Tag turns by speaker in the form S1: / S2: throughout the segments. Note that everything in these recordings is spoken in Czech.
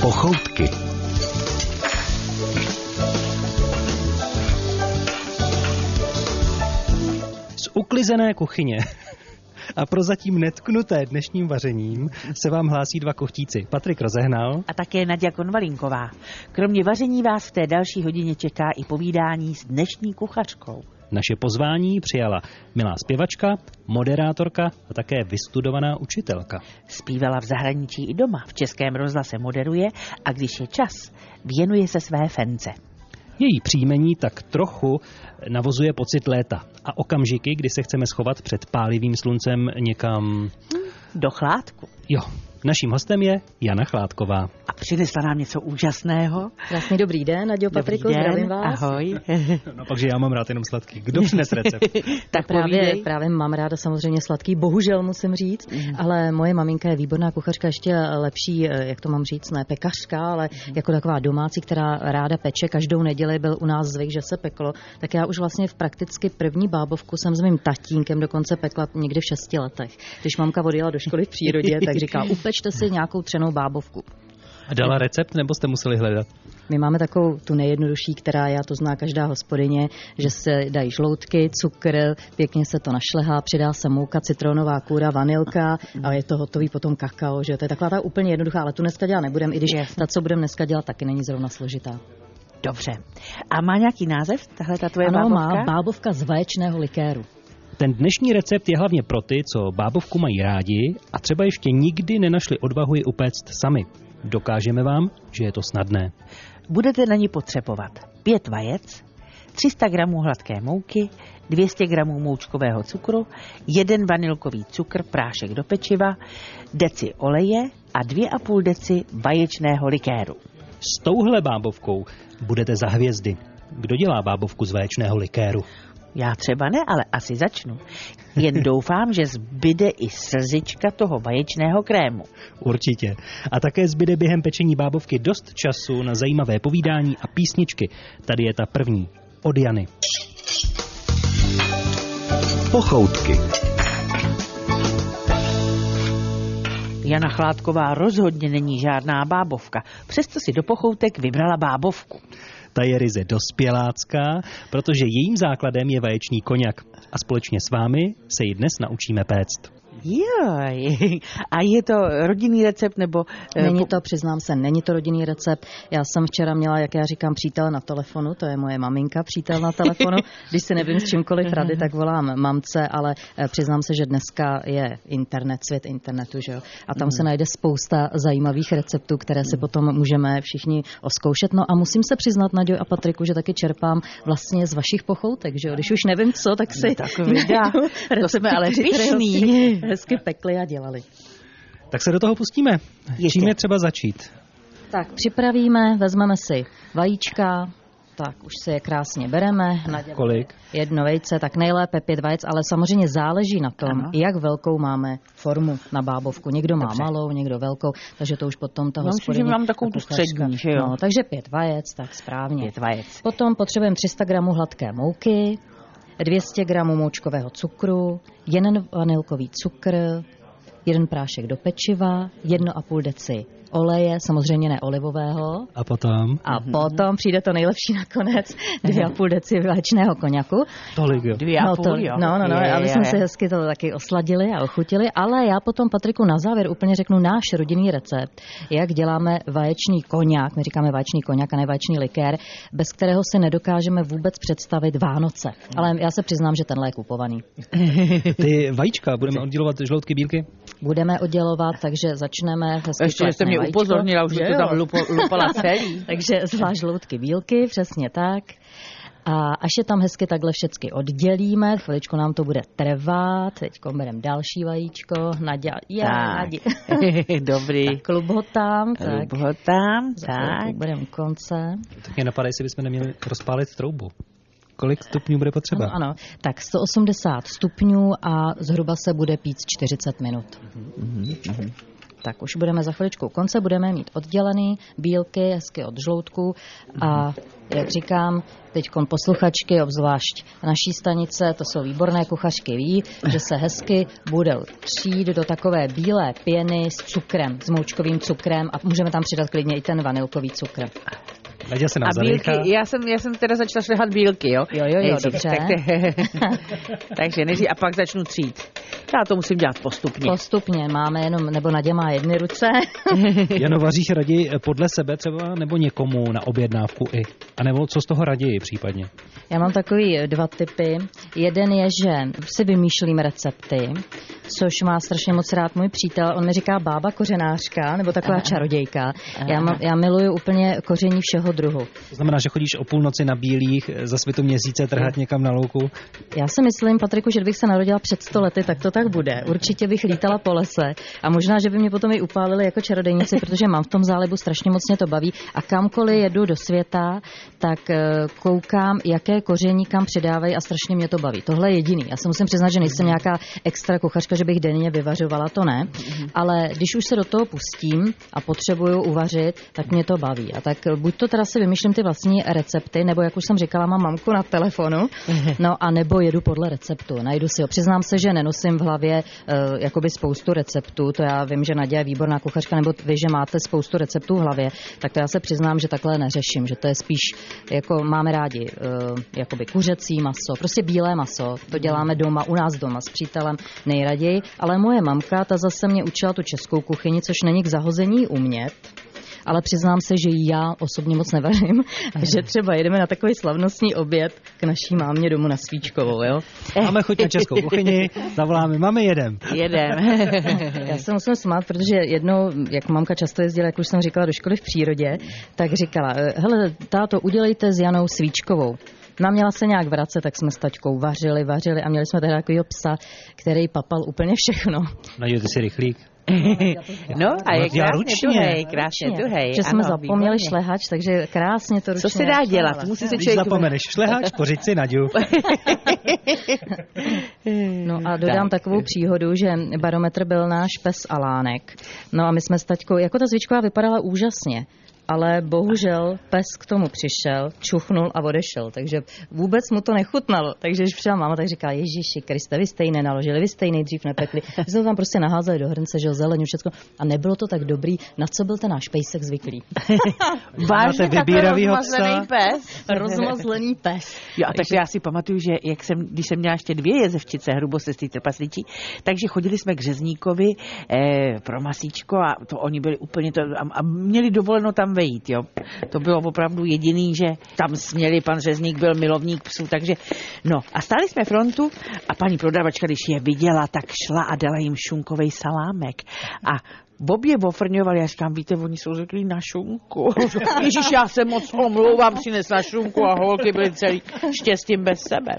S1: Pochoutky.
S2: Z uklizené kuchyně a prozatím netknuté dnešním vařením se vám hlásí dva kochtíci. Patrik rozehnal.
S3: a také Nadia Konvalinková. Kromě vaření vás v té další hodině čeká i povídání s dnešní kuchařkou.
S2: Naše pozvání přijala milá zpěvačka, moderátorka a také vystudovaná učitelka.
S3: Zpívala v zahraničí i doma, v českém rozhlase moderuje a když je čas, věnuje se své fence.
S2: Její příjmení tak trochu navozuje pocit léta a okamžiky, kdy se chceme schovat před pálivým sluncem někam.
S3: Do chládku.
S2: Jo, naším hostem je Jana Chládková.
S3: A přinesla nám něco úžasného.
S4: Krásný dobrý den, Nadějo Patriku,
S3: Dobrý den,
S4: zdravím vás.
S3: Ahoj.
S2: No, takže já mám rád jenom sladký. Kdo přines recept?
S3: tak
S4: Právě,
S3: povídej. Mm.
S4: právě mám ráda samozřejmě sladký, bohužel musím říct, ale moje maminka je výborná kuchařka, ještě lepší, eh, jak to mám říct, ne pekařka, ale
S3: Mm.
S4: jako taková domácí, která ráda peče. Každou neděli byl u nás zvyk, že se peklo. Tak já už vlastně v prakticky první bábovku jsem s mým tatínkem dokonce pekla někdy v šesti letech. Když mamka odjela do školy v přírodě, tak říká, upečte si nějakou třenou bábovku.
S2: A dala recept, nebo jste museli hledat?
S4: My máme takovou tu nejjednodušší, která já to zná každá hospodyně, že se dají žloutky, cukr, pěkně se to našlehá, přidá se mouka, citronová kůra, vanilka a je to hotový potom kakao, že jo? To je taková ta úplně jednoduchá, ale tu dneska dělat nebudem, i když
S3: Jasně.
S4: ta, co budeme dneska dělat, taky není zrovna složitá.
S3: Dobře. A má nějaký název tahle ta tvoje
S4: ano, má
S3: bábovka?
S4: bábovka z vaječného likéru.
S2: Ten dnešní recept je hlavně pro ty, co bábovku mají rádi a třeba ještě nikdy nenašli odvahu ji upéct sami. Dokážeme vám, že je to snadné.
S3: Budete na ní potřebovat pět vajec, 300 gramů hladké mouky, 200 gramů moučkového cukru, jeden vanilkový cukr, prášek do pečiva, deci oleje a 2,5 deci vaječného likéru.
S2: S touhle bábovkou budete za hvězdy. Kdo dělá bábovku z vaječného likéru?
S3: Já třeba ne, ale asi začnu. Jen doufám, že zbyde i slzička toho vaječného krému.
S2: Určitě. A také zbyde během pečení bábovky dost času na zajímavé povídání a písničky. Tady je ta první. Od Jany.
S1: Pochoutky.
S3: Jana Chládková rozhodně není žádná bábovka, přesto si do pochoutek vybrala bábovku.
S2: Ta je ryze dospělácká, protože jejím základem je vaječný koněk. A společně s vámi se ji dnes naučíme péct.
S3: Joj. A je to rodinný recept nebo... eh,
S4: Není
S3: po-
S4: to, přiznám se, není to rodinný recept. Já jsem včera měla, jak já říkám, přítel na telefonu, to je moje maminka, přítel na telefonu. Když si nevím s
S3: Mhm.
S4: čímkoliv rady, tak volám mamce, ale eh, přiznám se, že dneska je internet, svět internetu, že jo? A
S3: Mhm.
S4: tam se najde spousta zajímavých receptů, které si potom můžeme všichni oskoušet. No a musím se přiznat, Nadio a Patriku, že taky čerpám vlastně z vašich pochoutek, že jo? Když už nevím co, tak si
S3: No tak vydá.
S4: najdu
S3: To jsme ale
S4: recepty, které
S3: pyšný.
S4: hezky- Hezky pekli a dělali.
S2: Tak se do toho pustíme.
S3: Ještě.
S2: Čím je třeba začít?
S4: Tak připravíme, vezmeme si vajíčka, tak už si je krásně bereme. Naděláme
S2: Kolik?
S4: Jedno vejce, tak nejlépe pět vajec, ale samozřejmě záleží na tom,
S3: Ano.
S4: jak velkou máme formu na bábovku. Někdo má
S3: Dobře.
S4: malou, někdo velkou, takže to už potom ta
S3: Já myslím,
S4: hospodyně
S3: že mám takovou
S4: a
S3: tu
S4: kuchařka.
S3: střední, že jo?
S4: No, takže pět vajec, tak správně.
S3: Pět vajec.
S4: Potom potřebujeme 300 gramů hladké mouky, 200 gramů moučkového cukru, jeden vanilkový cukr, jeden prášek do pečiva, jedno a půl deci oleje, samozřejmě ne olivového,
S2: A potom?
S4: a potom přijde to nejlepší nakonec, dvě a půl deci vaječného koněku.
S2: Tolik, jo.
S3: Dvě a
S4: no,
S3: půl,
S4: to,
S3: jo.
S4: no, no, no,
S3: Je, je,
S4: aby jsme
S3: je.
S4: se hezky to taky osladili a ochutili, ale já potom Patriku na závěr úplně řeknu náš rodinný recept, jak děláme vaječný koněk, my říkáme vaječný koněk a ne vaječný likér, bez kterého si nedokážeme vůbec představit Vánoce. Ale já se přiznám, že tenhle je kupovaný.
S2: Ty vajíčka, budeme oddělovat žloutky, bílky?
S4: Budeme oddělovat, takže začneme hezky
S3: Ještě že jste
S4: klepne
S3: mě
S4: vajíčko.
S3: upozornila, už
S4: Že
S3: bych to
S4: jo?
S3: tam lupo, lupala celý.
S4: Takže zvlášť žloutky bílky, přesně tak. A až je tam hezky takhle všechny oddělíme, chviličku nám to bude trvat, teď bereme další vajíčko, Nadia, já, Nadia.
S3: Dobrý.
S4: Tak klubotám, tak.
S3: Lub tam,
S4: Za
S3: tak.
S4: chvilku Budeme konce.
S2: Tak mě napadá, jestli bychom neměli rozpálit troubu. Kolik stupňů bude potřeba?
S4: Ano, ano, tak 180 stupňů a zhruba se bude pít 40 minut. Tak už budeme za chviličku u konce, budeme mít oddělený bílky, hezky od žloutku a jak říkám, teď posluchačky, obzvlášť naší stanice, to jsou výborné kuchařky, ví, že se hezky bude přijít do takové bílé pěny s cukrem, s moučkovým cukrem a můžeme tam přidat klidně i ten vanilkový cukr.
S2: Ledě se nám
S3: A
S2: zadechá.
S3: bílky, já jsem, já jsem teda začala šlehat bílky, jo?
S4: Jo, jo, jo,
S3: Nejdřív,
S4: dobře.
S3: Tak, takže nejdřív a pak začnu třít. Já to musím dělat postupně.
S4: Postupně máme jenom, nebo Nadě má jedny ruce.
S2: Jano, vaříš raději podle sebe třeba nebo někomu na objednávku i? A nebo co z toho raději případně?
S4: Já mám takový eh, dva typy. Jeden je, že si vymýšlím recepty, což má strašně moc rád můj přítel. On mi říká bába kořenářka, nebo taková čarodějka. Já, mám, já miluju úplně koření všeho druhu.
S2: To znamená, že chodíš o půlnoci na bílých, eh, za svitu měsíce trhat někam na louku.
S4: Já si myslím, Patriku, že kdybych se narodila před 100 lety, tak to tak bude. Určitě bych lítala po lese a možná, že by mě potom i upálili jako čarodejnici, protože mám v tom zálibu strašně moc mě to baví a kamkoliv jedu do světa, tak eh, koukám, jaké koření kam přidávají a strašně mě to baví. Tohle je jediný. Já se musím přiznat, že nejsem nějaká extra kuchařka, že bych denně vyvařovala, to ne. Ale když už se do toho pustím a potřebuju uvařit, tak mě to baví. A tak buď to teda si vymýšlím ty vlastní recepty, nebo jak už jsem říkala, mám mamku na telefonu, no a nebo jedu podle receptu, najdu si ho. Přiznám se, že nenosím v hlavě uh, jakoby spoustu receptů, to já vím, že Naděja je výborná kuchařka, nebo vy, že máte spoustu receptů v hlavě, tak to já se přiznám, že takhle neřeším, že to je spíš, jako máme rádi, uh, jakoby kuřecí maso, prostě bílé maso, to děláme doma, u nás doma s přítelem nejraději, ale moje mamka, ta zase mě učila tu českou kuchyni, což není k zahození umět, ale přiznám se, že já osobně moc nevařím, že třeba jedeme na takový slavnostní oběd k naší mámě domů na Svíčkovou, jo?
S2: Máme chuť na českou kuchyni, zavoláme, máme jedem.
S3: Jedem.
S4: Já se musím smát, protože jednou, jak mamka často jezdila, jak už jsem říkala, do školy v přírodě, tak říkala, eh, hele, táto, udělejte s Janou Svíčkovou. No a měla se nějak vracet, tak jsme s taťkou vařili, vařili a měli jsme teda takového psa, který papal úplně všechno.
S2: No jo, ty jsi rychlík.
S3: no a je
S2: No, já
S3: krásně
S2: ručně.
S3: tuhej, krásně tuhej.
S4: že jsme
S3: ano,
S4: zapomněli
S3: výborně.
S4: šlehač, takže krásně to ručně
S3: Co se dá dělat?
S4: našlehla.
S3: Musí se
S2: Když
S3: člověk...
S2: zapomeneš šlehač, pořiď si Naďu.
S4: No a dodám
S3: Tak.
S4: tak. takovou příhodu, že barometr byl náš pes Alánek. No a my jsme s taťkou, jako ta zvíčková vypadala úžasně, ale bohužel pes k tomu přišel, čuchnul a odešel, takže vůbec mu to nechutnalo. Takže když přišla máma, tak říká, Ježíši Kriste, vy jste ji nenaložili, vy jste ji nejdřív nepekli. Vy jste to tam prostě naházeli do hrnce, že jo, zeleň, všechno. A nebylo to tak dobrý, na co byl ten náš pejsek zvyklý.
S2: Máte
S3: Vážně takhle
S2: vybíravýho
S3: rozmazlený
S2: psa?
S3: pes?
S4: Rozmazlený pes.
S3: Jo, a takže já si pamatuju, že jak jsem, když jsem měla ještě dvě jezevčice, hrubo se trpasličí, takže chodili jsme k řezníkovi eh, pro masíčko a to oni byli úplně to, a, a, měli dovoleno tam vejít, jo. To bylo opravdu jediný, že tam směli, pan řezník byl milovník psů, takže no a stáli jsme frontu a paní prodavačka, když je viděla, tak šla a dala jim šunkový salámek a Bob je ofrňoval, já říkám, víte, oni jsou zvyklí na šunku. Ježíš, já se moc omlouvám, přinesla šunku a holky byly celý štěstím bez sebe.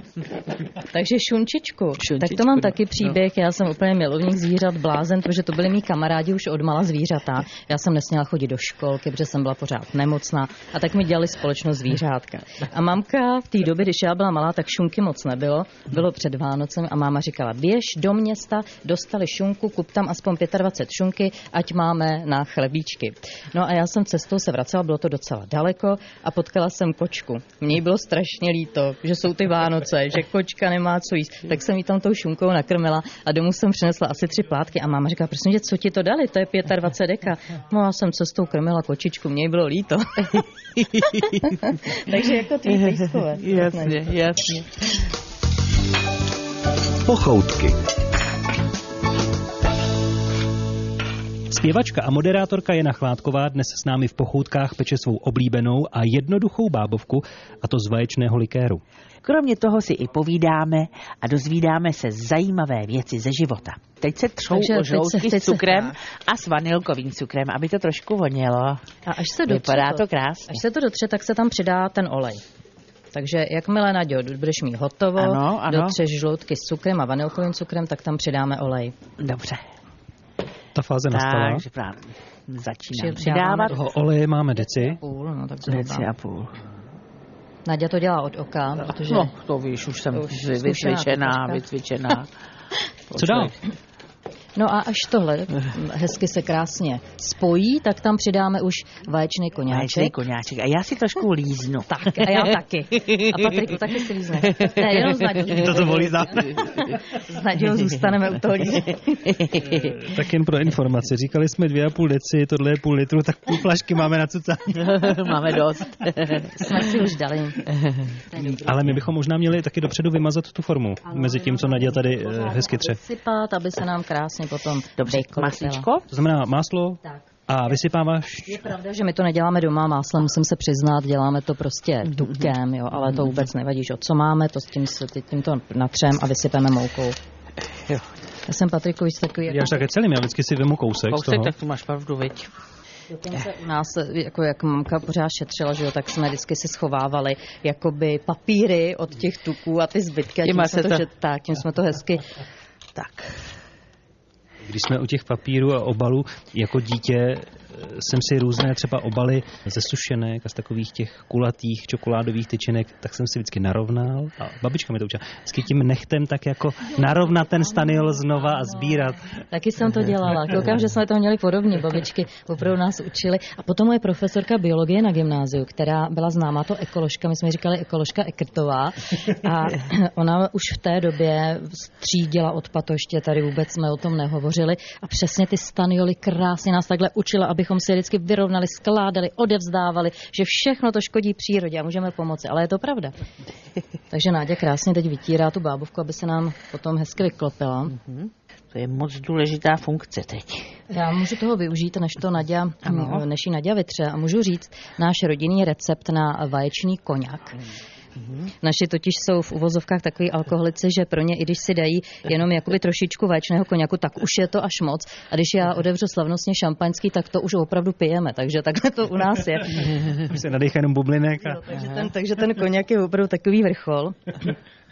S4: Takže šunčičku.
S3: Šunčičku,
S4: Tak to mám
S3: no.
S4: taky příběh. Já jsem úplně milovník zvířat, blázen, protože to byli mí kamarádi už od mala zvířata. Já jsem nesměla chodit do školky, protože jsem byla pořád nemocná. A tak mi dělali společnost zvířátka. A mamka v té době, když já byla malá, tak šunky moc nebylo. Bylo před Vánocem a máma říkala, běž do města, dostali šunku, kup tam aspoň 25 šunky, ať máme na chlebíčky. No a já jsem cestou se vracela, bylo to docela daleko a potkala jsem kočku. Mně jí bylo strašně líto, že jsou ty Vánoce, že kočka nemá co jíst. Tak jsem jí tam tou šunkou nakrmila a domů jsem přinesla asi tři plátky a máma říká, prosím tě, co ti to dali, to je 25 deka. No já jsem cestou krmila kočičku, mně jí bylo líto. Takže jako ty pejskové.
S3: Jasně, jasně.
S5: Pochoutky.
S2: Zpěvačka a moderátorka Jana Chládková dnes s námi v pochoutkách peče svou oblíbenou a jednoduchou bábovku, a to z vaječného likéru.
S3: Kromě toho si i povídáme a dozvídáme se zajímavé věci ze života. Teď se třou
S4: Takže
S3: o
S4: teď se-
S3: žloutky s
S4: teď se-
S3: cukrem a s vanilkovým cukrem, aby to trošku vonělo.
S4: A až se dotře,
S3: Vypadá to krásně.
S4: Až se to dotře, tak se tam přidá ten olej. Takže jakmile, Naďo, budeš mít hotovo,
S3: Ano, ano.
S4: dotřeš žloutky s cukrem a vanilkovým cukrem, tak tam přidáme olej.
S3: Dobře,
S2: Ta fáze nastala.
S3: takže právě začínám
S4: Přidáváme
S3: přidávat.
S4: do-
S2: Toho oleje máme deci.
S4: Půl, no tak
S3: Deci
S4: zhruba.
S3: a půl.
S4: Naďa to dělá od oka, protože...
S3: No, to víš, už jsem
S4: To už
S3: vy-
S4: zkušená
S3: vycvičená,
S4: kuchařka.
S3: vycvičená.
S2: Co dál?
S4: No a až tohle hezky se krásně spojí, tak tam přidáme už vaječný
S3: Vaječný
S4: koňáček.
S3: koňáček. A já si trošku líznu.
S4: Tak, a já taky. A Patriku taky si lízne. Ne, jenom znadí.
S2: Kdo to volí za?
S4: S Nadějou zůstaneme u toho lízne.
S2: Tak jen pro informaci. Říkali jsme dvě a půl deci, tohle je půl litru, tak půl flašky máme na cucání.
S3: Máme dost.
S4: Jsme si už dali.
S2: Ale my bychom možná měli taky dopředu vymazat tu formu. Mezi tím, co Nadia tady eh, hezky tře.
S4: Vysypat, aby se nám krásně potom
S3: Dobře,
S4: vykolupila.
S3: masličko.
S2: To znamená máslo
S4: Tak.
S2: a vysypáváš
S4: Je pravda, že my to neděláme doma máslem, musím se přiznat, děláme to prostě
S3: Mhm.
S4: tukem, jo, ale to vůbec nevadí, že jo, co máme, to s tím, s tím to natřem a vysypeme moukou.
S3: Jo.
S4: Já jsem Patrikovič takový,
S2: Já
S4: jako
S2: už také celým, já vždycky si vemu kousek, z
S3: Kousek,
S2: toho.
S3: tak tu máš pravdu, viď?
S4: dokonce u nás, jako jak mamka pořád šetřila, že jo, tak jsme vždycky si schovávali jakoby papíry od těch tuků a ty zbytky a tím,
S3: Těma
S4: jsme
S3: se
S4: to,
S3: to-
S4: že, tak, tím jsme to hezky
S3: Tak.
S2: Když jsme u těch papírů a obalů, jako dítě eh, jsem si různé třeba obaly ze sušenek a z takových těch kulatých čokoládových tyčinek, tak jsem si vždycky narovnal a babička mi to učila. Vždycky tím nechtem tak jako narovnat ten staniol znova a sbírat.
S4: Taky jsem to dělala. Koukám, že jsme to měli podobně. Babičky opravdu nás učili. A potom moje profesorka biologie na gymnáziu, která byla známá to ekoložka, my jsme jí říkali ekoložka Ekrtová. A ona už v té době střídila odpad, to ještě tady vůbec jsme o tom nehovořili. A přesně ty stanioly krásně nás takhle učila, abychom si je vždycky vyrovnali, skládali, odevzdávali, že všechno to škodí přírodě a můžeme pomoci. Ale je to pravda. Takže Nádě krásně teď vytírá tu bábovku, aby se nám potom hezky vyklopila.
S3: To je moc důležitá funkce teď.
S4: Já můžu toho využít, než to Nadia, mm, než ji Nadia vytře a můžu říct náš rodinný recept na vaječný koněk. Naši totiž jsou v uvozovkách takový alkoholici, že pro ně, i když si dají jenom jakoby trošičku vaječného koněku, tak už je to až moc. A když já odevřu slavnostně šampaňský, tak to už opravdu pijeme. Takže takhle to u nás je.
S2: Aby se nadechá jenom bublinek a
S4: Takže ten, takže ten koněk je opravdu takový vrchol.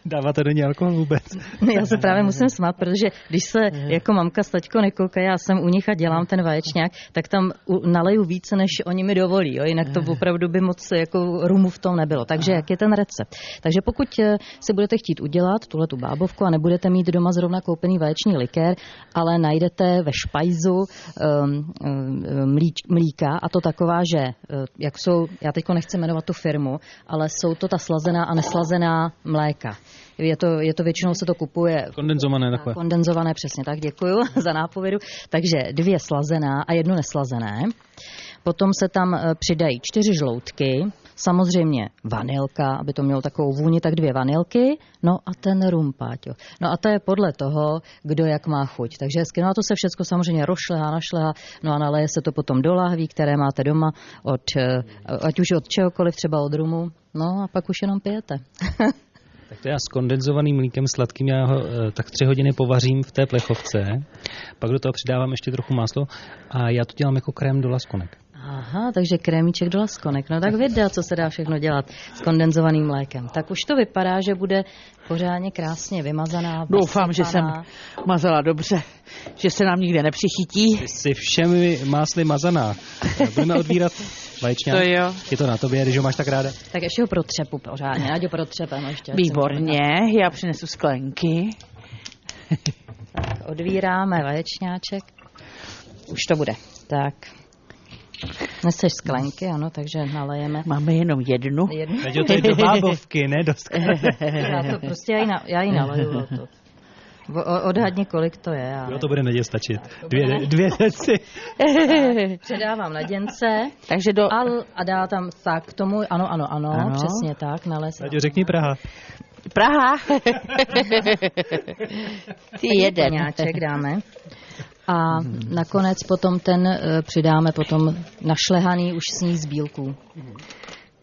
S2: dáváte do něj alkohol vůbec.
S4: Já se právě musím smát, protože když se jako mamka s taťkou nekoukají, já jsem u nich a dělám ten vaječňák, tak tam u- naleju více, než oni mi dovolí. Jo? Jinak to opravdu by moc jako rumu v tom nebylo. Takže jak je ten recept? Takže pokud eh, si budete chtít udělat tuhle tu bábovku a nebudete mít doma zrovna koupený vaječný likér, ale najdete ve špajzu um, um, mlíč, mlíka a to taková, že eh, jak jsou, já teďko nechci jmenovat tu firmu, ale jsou to ta slazená a neslazená mléka. Je to, je to většinou se to kupuje
S2: Kondenzované takové.
S4: Kondenzované, přesně tak, děkuju za nápovědu. Takže dvě slazená a jedno neslazené. Potom se tam eh, přidají čtyři žloutky, samozřejmě vanilka, aby to mělo takovou vůni, tak dvě vanilky, no a ten rum, Páťo. No a to je podle toho, kdo jak má chuť. Takže hezky, no a to se všechno samozřejmě rošlehá, našlehá, no a naleje se to potom do láhví, které máte doma, od, eh, ať už od čehokoliv, třeba od rumu, no a pak už jenom pijete.
S2: Tak to já s kondenzovaným mlíkem sladkým, já ho eh, tak tři hodiny povařím v té plechovce, pak do toho přidávám ještě trochu máslo a já to dělám jako krém do laskonek.
S4: Aha, takže krémíček do laskonek. No tak vědá, co se dá všechno dělat s kondenzovaným mlékem. Tak už to vypadá, že bude pořádně krásně vymazaná.
S3: Doufám, že jsem
S4: vysypaná.
S3: mazala dobře, že se nám nikde nepřichytí.
S2: Jsi všemi másly mazaná. Tak Budeme odvírat vaječňák.
S3: To jo.
S2: Je to na tobě, když ho máš tak ráda.
S4: Tak ještě ho protřepu pořádně, ať ho protřepem ještě. ať se
S3: Výborně, já přinesu sklenky.
S4: mu- Tak odvíráme vaječňáček. Už to bude. Tak. Neseš sklenky, ano, takže nalejeme.
S3: Máme jenom jednu.
S4: Jednu.
S2: Teď to je do bábovky, ne do
S4: Já to prostě já ji, na, já ji naleju. o to. O- o- Odhadni, kolik to je. Ale...
S2: Jo, to bude neděl stačit. Dvě, dvě deci.
S4: Předávám Naděnce.
S3: Takže do...
S4: Al a dá tam tak k tomu, ano, ano, ano,
S3: Ano.
S4: ano. přesně tak, nalez.
S2: Naděl, řekni Praha.
S3: Praha. Ty jeden.
S4: Koňáček dáme. A nakonec potom ten eh, přidáme potom našlehaný už sníh z bílků.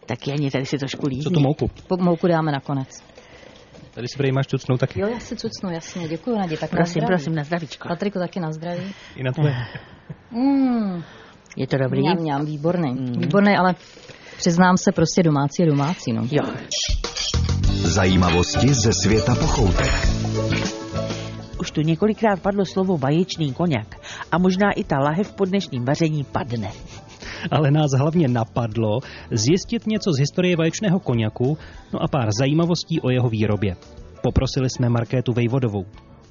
S3: Tak Janě, tady si trošku
S2: Co tu
S3: líbí.
S2: mouku?
S4: Po- Mouku dáme nakonec.
S2: Tady si prej máš tucnou taky.
S4: Jo, já si cucnu, jasně, děkuji Nadě, tak
S3: Prosím,
S4: na zdraví.
S3: prosím, na zdravíčko.
S4: Patriku taky na zdraví.
S2: I na tvoje.
S4: Mm,
S3: Je to dobrý?
S4: mňam, mňam, výborný, Mm. výborný, ale přiznám se, prostě domácí je domácí, no.
S3: Jo.
S6: Zajímavosti ze světa pochoutek.
S3: Už tu několikrát padlo slovo vaječný koněk a možná i ta lahev po dnešním vaření padne.
S2: Ale nás hlavně napadlo zjistit něco z historie vaječného koněku, no a pár zajímavostí o jeho výrobě. Poprosili jsme Markétu Vejvodovou.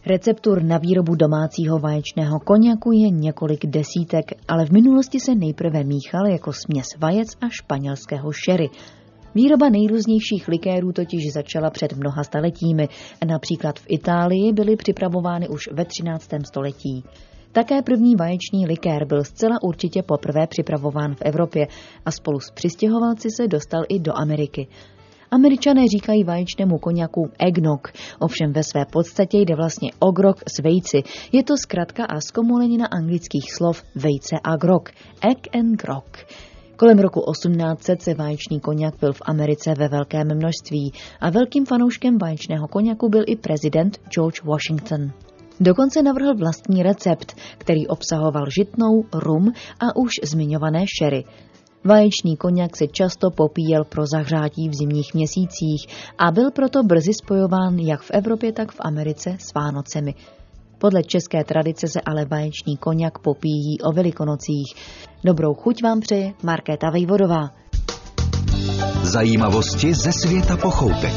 S4: Receptur na výrobu domácího vaječného koněku je několik desítek, ale v minulosti se nejprve míchal jako směs vajec a španělského šery. Výroba nejrůznějších likérů totiž začala před mnoha staletími. Například v Itálii byly připravovány už ve 13. století. Také první vaječný likér byl zcela určitě poprvé připravován v Evropě a spolu s přistěhovalci se dostal i do Ameriky. Američané říkají vaječnému koněku eggnog, ovšem ve své podstatě jde vlastně o grog s vejci. Je to zkratka a zkomolenina anglických slov vejce a grog. Egg and grog. Kolem roku 1800 se vaječný koněk byl v Americe ve velkém množství a velkým fanouškem vaječného koněku byl i prezident George Washington. Dokonce navrhl vlastní recept, který obsahoval žitnou, rum a už zmiňované šery. Vaječný koněk se často popíjel pro zahřátí v zimních měsících a byl proto brzy spojován jak v Evropě, tak v Americe s Vánocemi. Podle české tradice se ale vaječný koněk popíjí o velikonocích. Dobrou chuť vám přeje Markéta Vejvodová.
S6: Zajímavosti ze světa pochoutek.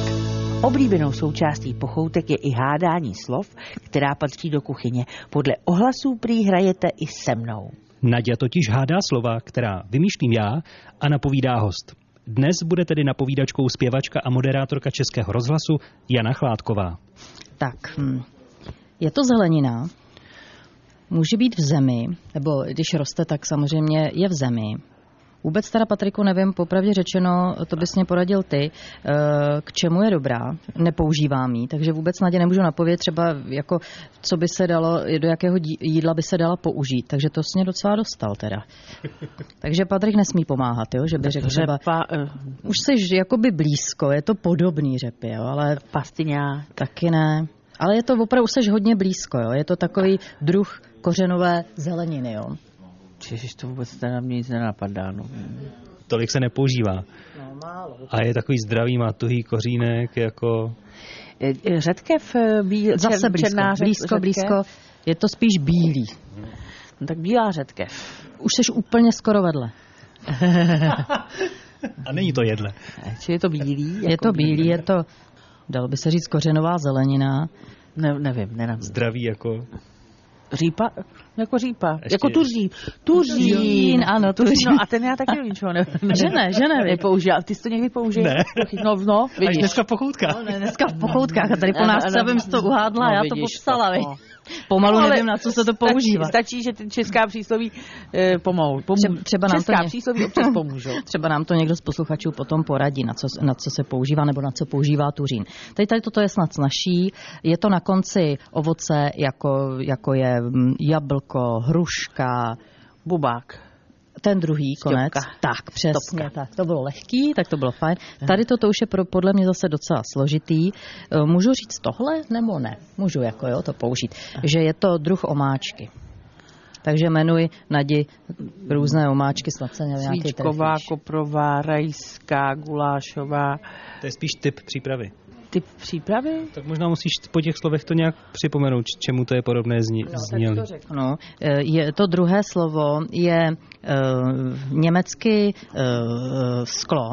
S3: Oblíbenou součástí pochoutek je i hádání slov, která patří do kuchyně. Podle ohlasů prý hrajete i se mnou.
S2: Nadia totiž hádá slova, která vymýšlím já a napovídá host. Dnes bude tedy napovídačkou zpěvačka a moderátorka Českého rozhlasu Jana Chládková.
S7: Tak, hm. je to zelenina, může být v zemi, nebo když roste, tak samozřejmě je v zemi. Vůbec teda, Patriku, nevím, popravdě řečeno, to bys mě poradil ty, eh, k čemu je dobrá, nepoužívám ji, takže vůbec Nadě nemůžu napovědět třeba, jako, co by se dalo, do jakého dí- jídla by se dala použít, takže to jsi mě docela dostal teda. Takže Patrik nesmí pomáhat, jo, že by řekl třeba,
S3: Řepa, eh,
S7: už jsi jakoby blízko, je to podobný řepy, jo, ale
S3: pastyňák.
S7: taky ne. Ale je to opravdu, seš hodně blízko, jo, je to takový druh kořenové zeleniny, jo.
S3: Čežiš, to vůbec teda mě nic nenapadá. No.
S2: Tolik se nepoužívá.
S7: No, málo.
S2: A je takový zdravý, má tuhý kořínek, jako...
S3: Eh, eh, Řetkev, eh, bíl,
S7: Zase
S3: čer-
S7: blízko,
S3: černá řet-
S7: blízko,
S3: řetkev?
S7: blízko. Je to spíš bílý.
S3: No, tak bílá řetkev.
S7: Už jsi úplně skoro vedle.
S2: A není to jedle.
S3: Eh, Čili je to bílý?
S7: Je to bílý, je to, dalo by se říct, kořenová zelenina.
S3: Ne, nevím, nenam.
S2: Zdravý, jako...
S3: Řípa? Jako řípa.
S2: Ještě-
S3: Jako tuřín. Tuřín.
S7: Tuřín, ano, tuřín.
S3: No a ten já taky do ničeho nevím.
S7: Že ne, že ne, viď?
S3: Nepoužívám. Ty jsi to někdy použil?
S2: Ne.
S3: No, no,
S2: Až
S3: vidíš.
S2: dneska pochoutka.
S7: Ne, dneska v pochoutkách a tady po
S3: Ano,
S7: nás
S3: ano.
S7: jsem to uhádla,
S3: No,
S7: já to
S3: vidíš,
S7: popsala,
S3: tak,
S7: viď?
S3: no.
S7: Pomalu
S3: No, ale
S7: nevím, na co se to používá.
S3: Stačí, stačí že ty česká přísloví eh, pomohou. Pomů-
S7: Tře- třeba nám to
S3: česká
S7: ně-
S3: přísloví občas pomůžou.
S7: Třeba nám to někdo z posluchačů potom poradí, na co, na co se používá nebo na co používá tuřín. Tady, tady toto je snad snažší. Je to na konci ovoce, jako, jako je mm, jablko, hruška,
S3: Bubák.
S7: ten druhý konec.
S3: Šťopka.
S7: Tak, přesně. Tak. To bylo lehký, tak to bylo fajn. Tady toto už je pro, podle mě zase docela složitý. E, Můžu říct tohle nebo ne? Můžu jako jo, to použít. Že je to druh omáčky. Takže jmenuji Nadi různé omáčky, snad se nějaký
S3: Svíčková,
S7: trefíš.
S3: koprová, rajská, gulášová.
S2: To je spíš typ přípravy.
S3: Ty přípravy?
S2: Tak možná musíš po těch slovech to nějak připomenout, čemu to je podobné zni- zněli.
S7: to řeknu. Eh, Je, to druhé slovo je eh, německy eh, sklo,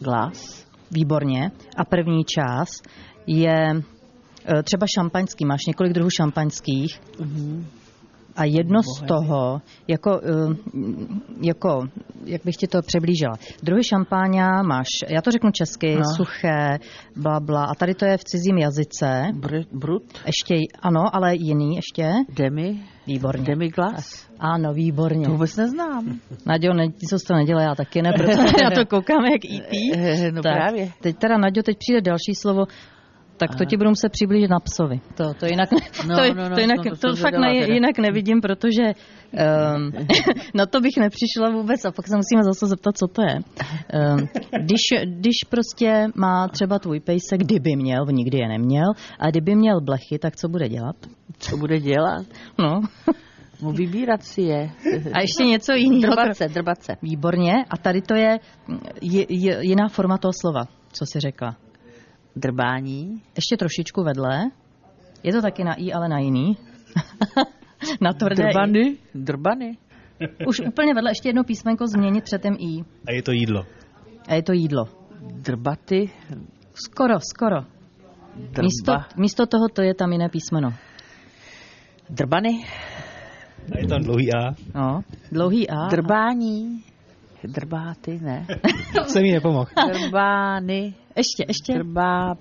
S3: Glas.
S7: výborně, a první část je eh, třeba šampaňský, máš několik druhů šampaňských a jedno z toho, jako, eh, jako, jak bych ti to přiblížila, druhy šampáňa máš, já to řeknu česky,
S3: No.
S7: suché, bla, bla, a tady to je v cizím jazyce,
S3: Br- brut.
S7: ještě, ano, ale jiný ještě,
S3: Demi.
S7: výborně.
S3: Demiglas.
S7: Ano, výborně.
S3: To vůbec neznám.
S7: Naďo, ne, co jsi to nedělá, já taky ne, protože já to koukám jak IT.
S3: Eh, No
S7: tak,
S3: právě.
S7: Teď teda, Naďo, teď přijde další slovo, tak to ti budu muset přiblížit na psovi. To, to jinak,
S3: No,
S7: no,
S3: no,
S7: to, no,
S3: no,
S7: to, jinak,
S3: no, to
S7: no, to,
S3: jsem
S7: to fakt
S3: zvědavá
S7: ne,
S3: teda.
S7: jinak nevidím, protože um, na to bych nepřišla vůbec a pak se musíme zase zeptat, co to je. Um, když, když prostě má třeba tvůj pejsek, kdyby měl, on nikdy je neměl, a kdyby měl blechy, tak co bude dělat?
S3: Co bude dělat?
S7: No.
S3: No vybírat si je.
S7: A ještě něco jiného.
S3: Drbat se, drbat se.
S7: Výborně. A tady to je mm, j- j- jiná forma toho slova, co jsi řekla.
S3: Drbání.
S7: Ještě trošičku vedle. Je to taky na i, ale na jiný. na tvrdé i.
S3: Drbany. Drbany.
S7: Už úplně vedle ještě jedno písmenko změnit před tím i.
S2: A je to jídlo.
S7: A je to jídlo.
S3: Drbaty.
S7: Skoro, skoro.
S3: Drba,
S7: Místo, místo toho to je tam jiné písmeno.
S3: Drbany?
S2: A je tam dlouhý A.
S7: No, dlouhý A.
S3: Drbání? Drbáty, ne.
S2: Jsem jí nepomohl.
S3: Drbány?
S7: Ještě, ještě.
S3: Drbá...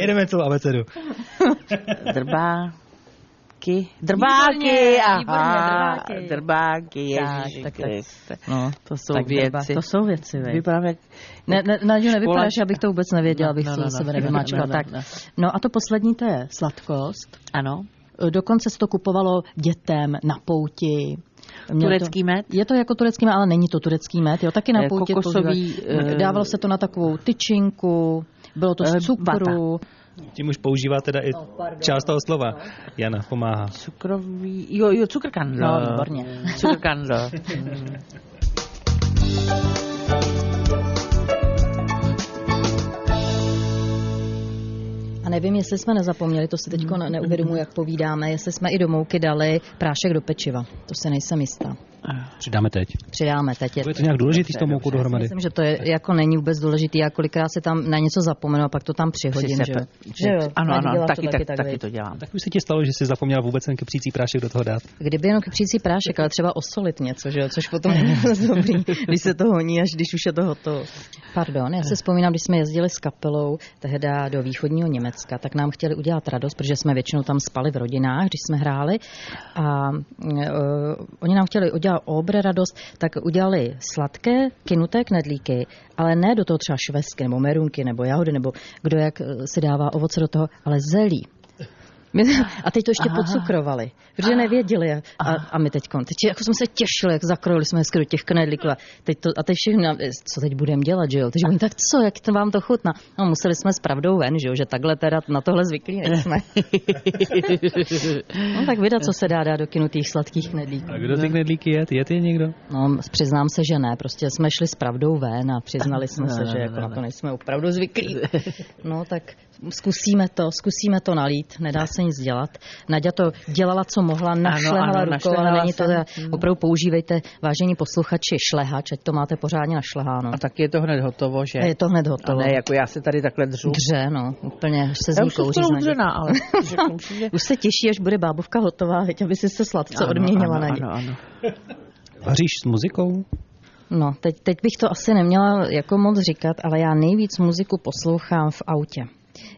S2: Jedeme celou abecedu.
S3: Drbáky? Drbáky,
S7: Výborně,
S3: aha.
S7: výborně, drbáky.
S3: Drbáky, ježiši
S7: tak, tak.
S3: Kriste.
S7: No,
S3: To jsou
S7: tak drba-
S3: věci.
S7: To jsou věci, vej.
S3: Vypadám jak
S7: Ne, ne, ne, že nevypadáš,
S3: Školačka.
S7: abych to vůbec nevěděla,
S3: No,
S7: abych
S3: no,
S7: no,
S3: no, no.
S7: sebe nevymáčkala.
S3: Ne, ne,
S7: Tak.
S3: ne, ne.
S7: No a to poslední, to je sladkost.
S3: Ano.
S7: E, Dokonce se to kupovalo dětem na pouti. Mělo
S3: Turecký med?
S7: To, je to jako turecký med, ale není to turecký med. Jo, taky na
S3: E,
S7: pouti.
S3: kokosový,
S7: to bývá-
S3: e,
S7: Dávalo se to na takovou tyčinku, bylo to
S3: e,
S7: z cukru.
S2: Tím už používá teda i
S7: No,
S2: část toho slova. Jana pomáhá.
S3: Cukrový... Jo, jo, cukrkandl.
S7: No, výborně.
S3: Cukrkandl.
S7: A nevím, jestli jsme nezapomněli, to si teď
S3: Hmm.
S7: neuvědomuji, jak povídáme, jestli jsme i do mouky dali prášek do pečiva. To si nejsem jistá.
S2: Přidáme teď.
S7: Přidáme teď. Je
S2: Bude to nějak důležitý s tou moukou dohromady.
S7: Myslím, že to je, jako není vůbec důležitý. Já kolikrát se tam na něco zapomenu a pak to tam přihodím. Že? jo? Že jo?
S3: Ano,
S7: Tak
S3: ano,
S7: děláš to
S3: taky, tak, taky
S7: viď?
S3: to dělám.
S2: Tak už se ti stalo, že jsi zapomněla vůbec ten kypřící prášek do toho dát.
S7: Kdyby jenom kypřící prášek, ale třeba osolit něco, že jo? což potom není moc dobrý, když se to honí, až když už je to hotovo. Pardon, já si vzpomínám, když jsme jezdili s kapelou tehda do východního Německa, tak nám chtěli udělat radost, protože jsme většinou tam spali v rodinách, když jsme hráli. A uh, oni nám chtěli udělat obre radost, tak udělali sladké kinuté knedlíky, ale ne do toho třeba švestky nebo merunky nebo jahody, nebo kdo jak eh, si dává ovoce do toho, ale zelí. My, a teď to ještě Aha. pocukrovali, protože nevěděli. jak- A, a my teď, teď jako jsme se těšili, jak zakrojili jsme hezky do těch knedlíků. A teď, to, a teď všechno, co teď budeme dělat, že jo? Takže oni, tak co, jak to vám to chutná? No, museli jsme s pravdou ven, že jo, že takhle teda na tohle zvyklí nejsme. no, tak vydat, co se dá dát do kinutých sladkých knedlíků.
S2: A kdo ty knedlíky je? Ty je ty někdo?
S7: No, přiznám se, že ne. Prostě jsme šli s pravdou ven a přiznali jsme se, že jako na to nejsme opravdu zvyklí. No, tak zkusíme to, zkusíme to nalít. Nedá se nic dělat. Nadia to dělala, co mohla,
S3: ano,
S7: našlehala rukou, ale
S3: našlehala
S7: není to
S3: jsem.
S7: teda- Opravdu používejte, vážení posluchači, šlehač, ať to máte pořádně našleháno.
S3: A tak je to hned hotovo, že?
S7: A je to hned
S3: A
S7: hotovo.
S3: ne, jako já se tady takhle držu.
S7: Dře, no, úplně, až se z
S3: Já
S7: ní
S3: už jsem
S7: kouří
S3: skoro
S7: z Nadě.
S3: udřená, ale řeknu si, že...
S7: Už se těší, až bude bábovka hotová, teď aby si se sladce
S3: Ano,
S7: odměnila
S3: ano,
S7: na ní.
S3: Ano, ano.
S2: Vaříš s muzikou?
S7: No, teď, teď bych to asi neměla jako moc říkat, ale já nejvíc muziku poslouchám v autě.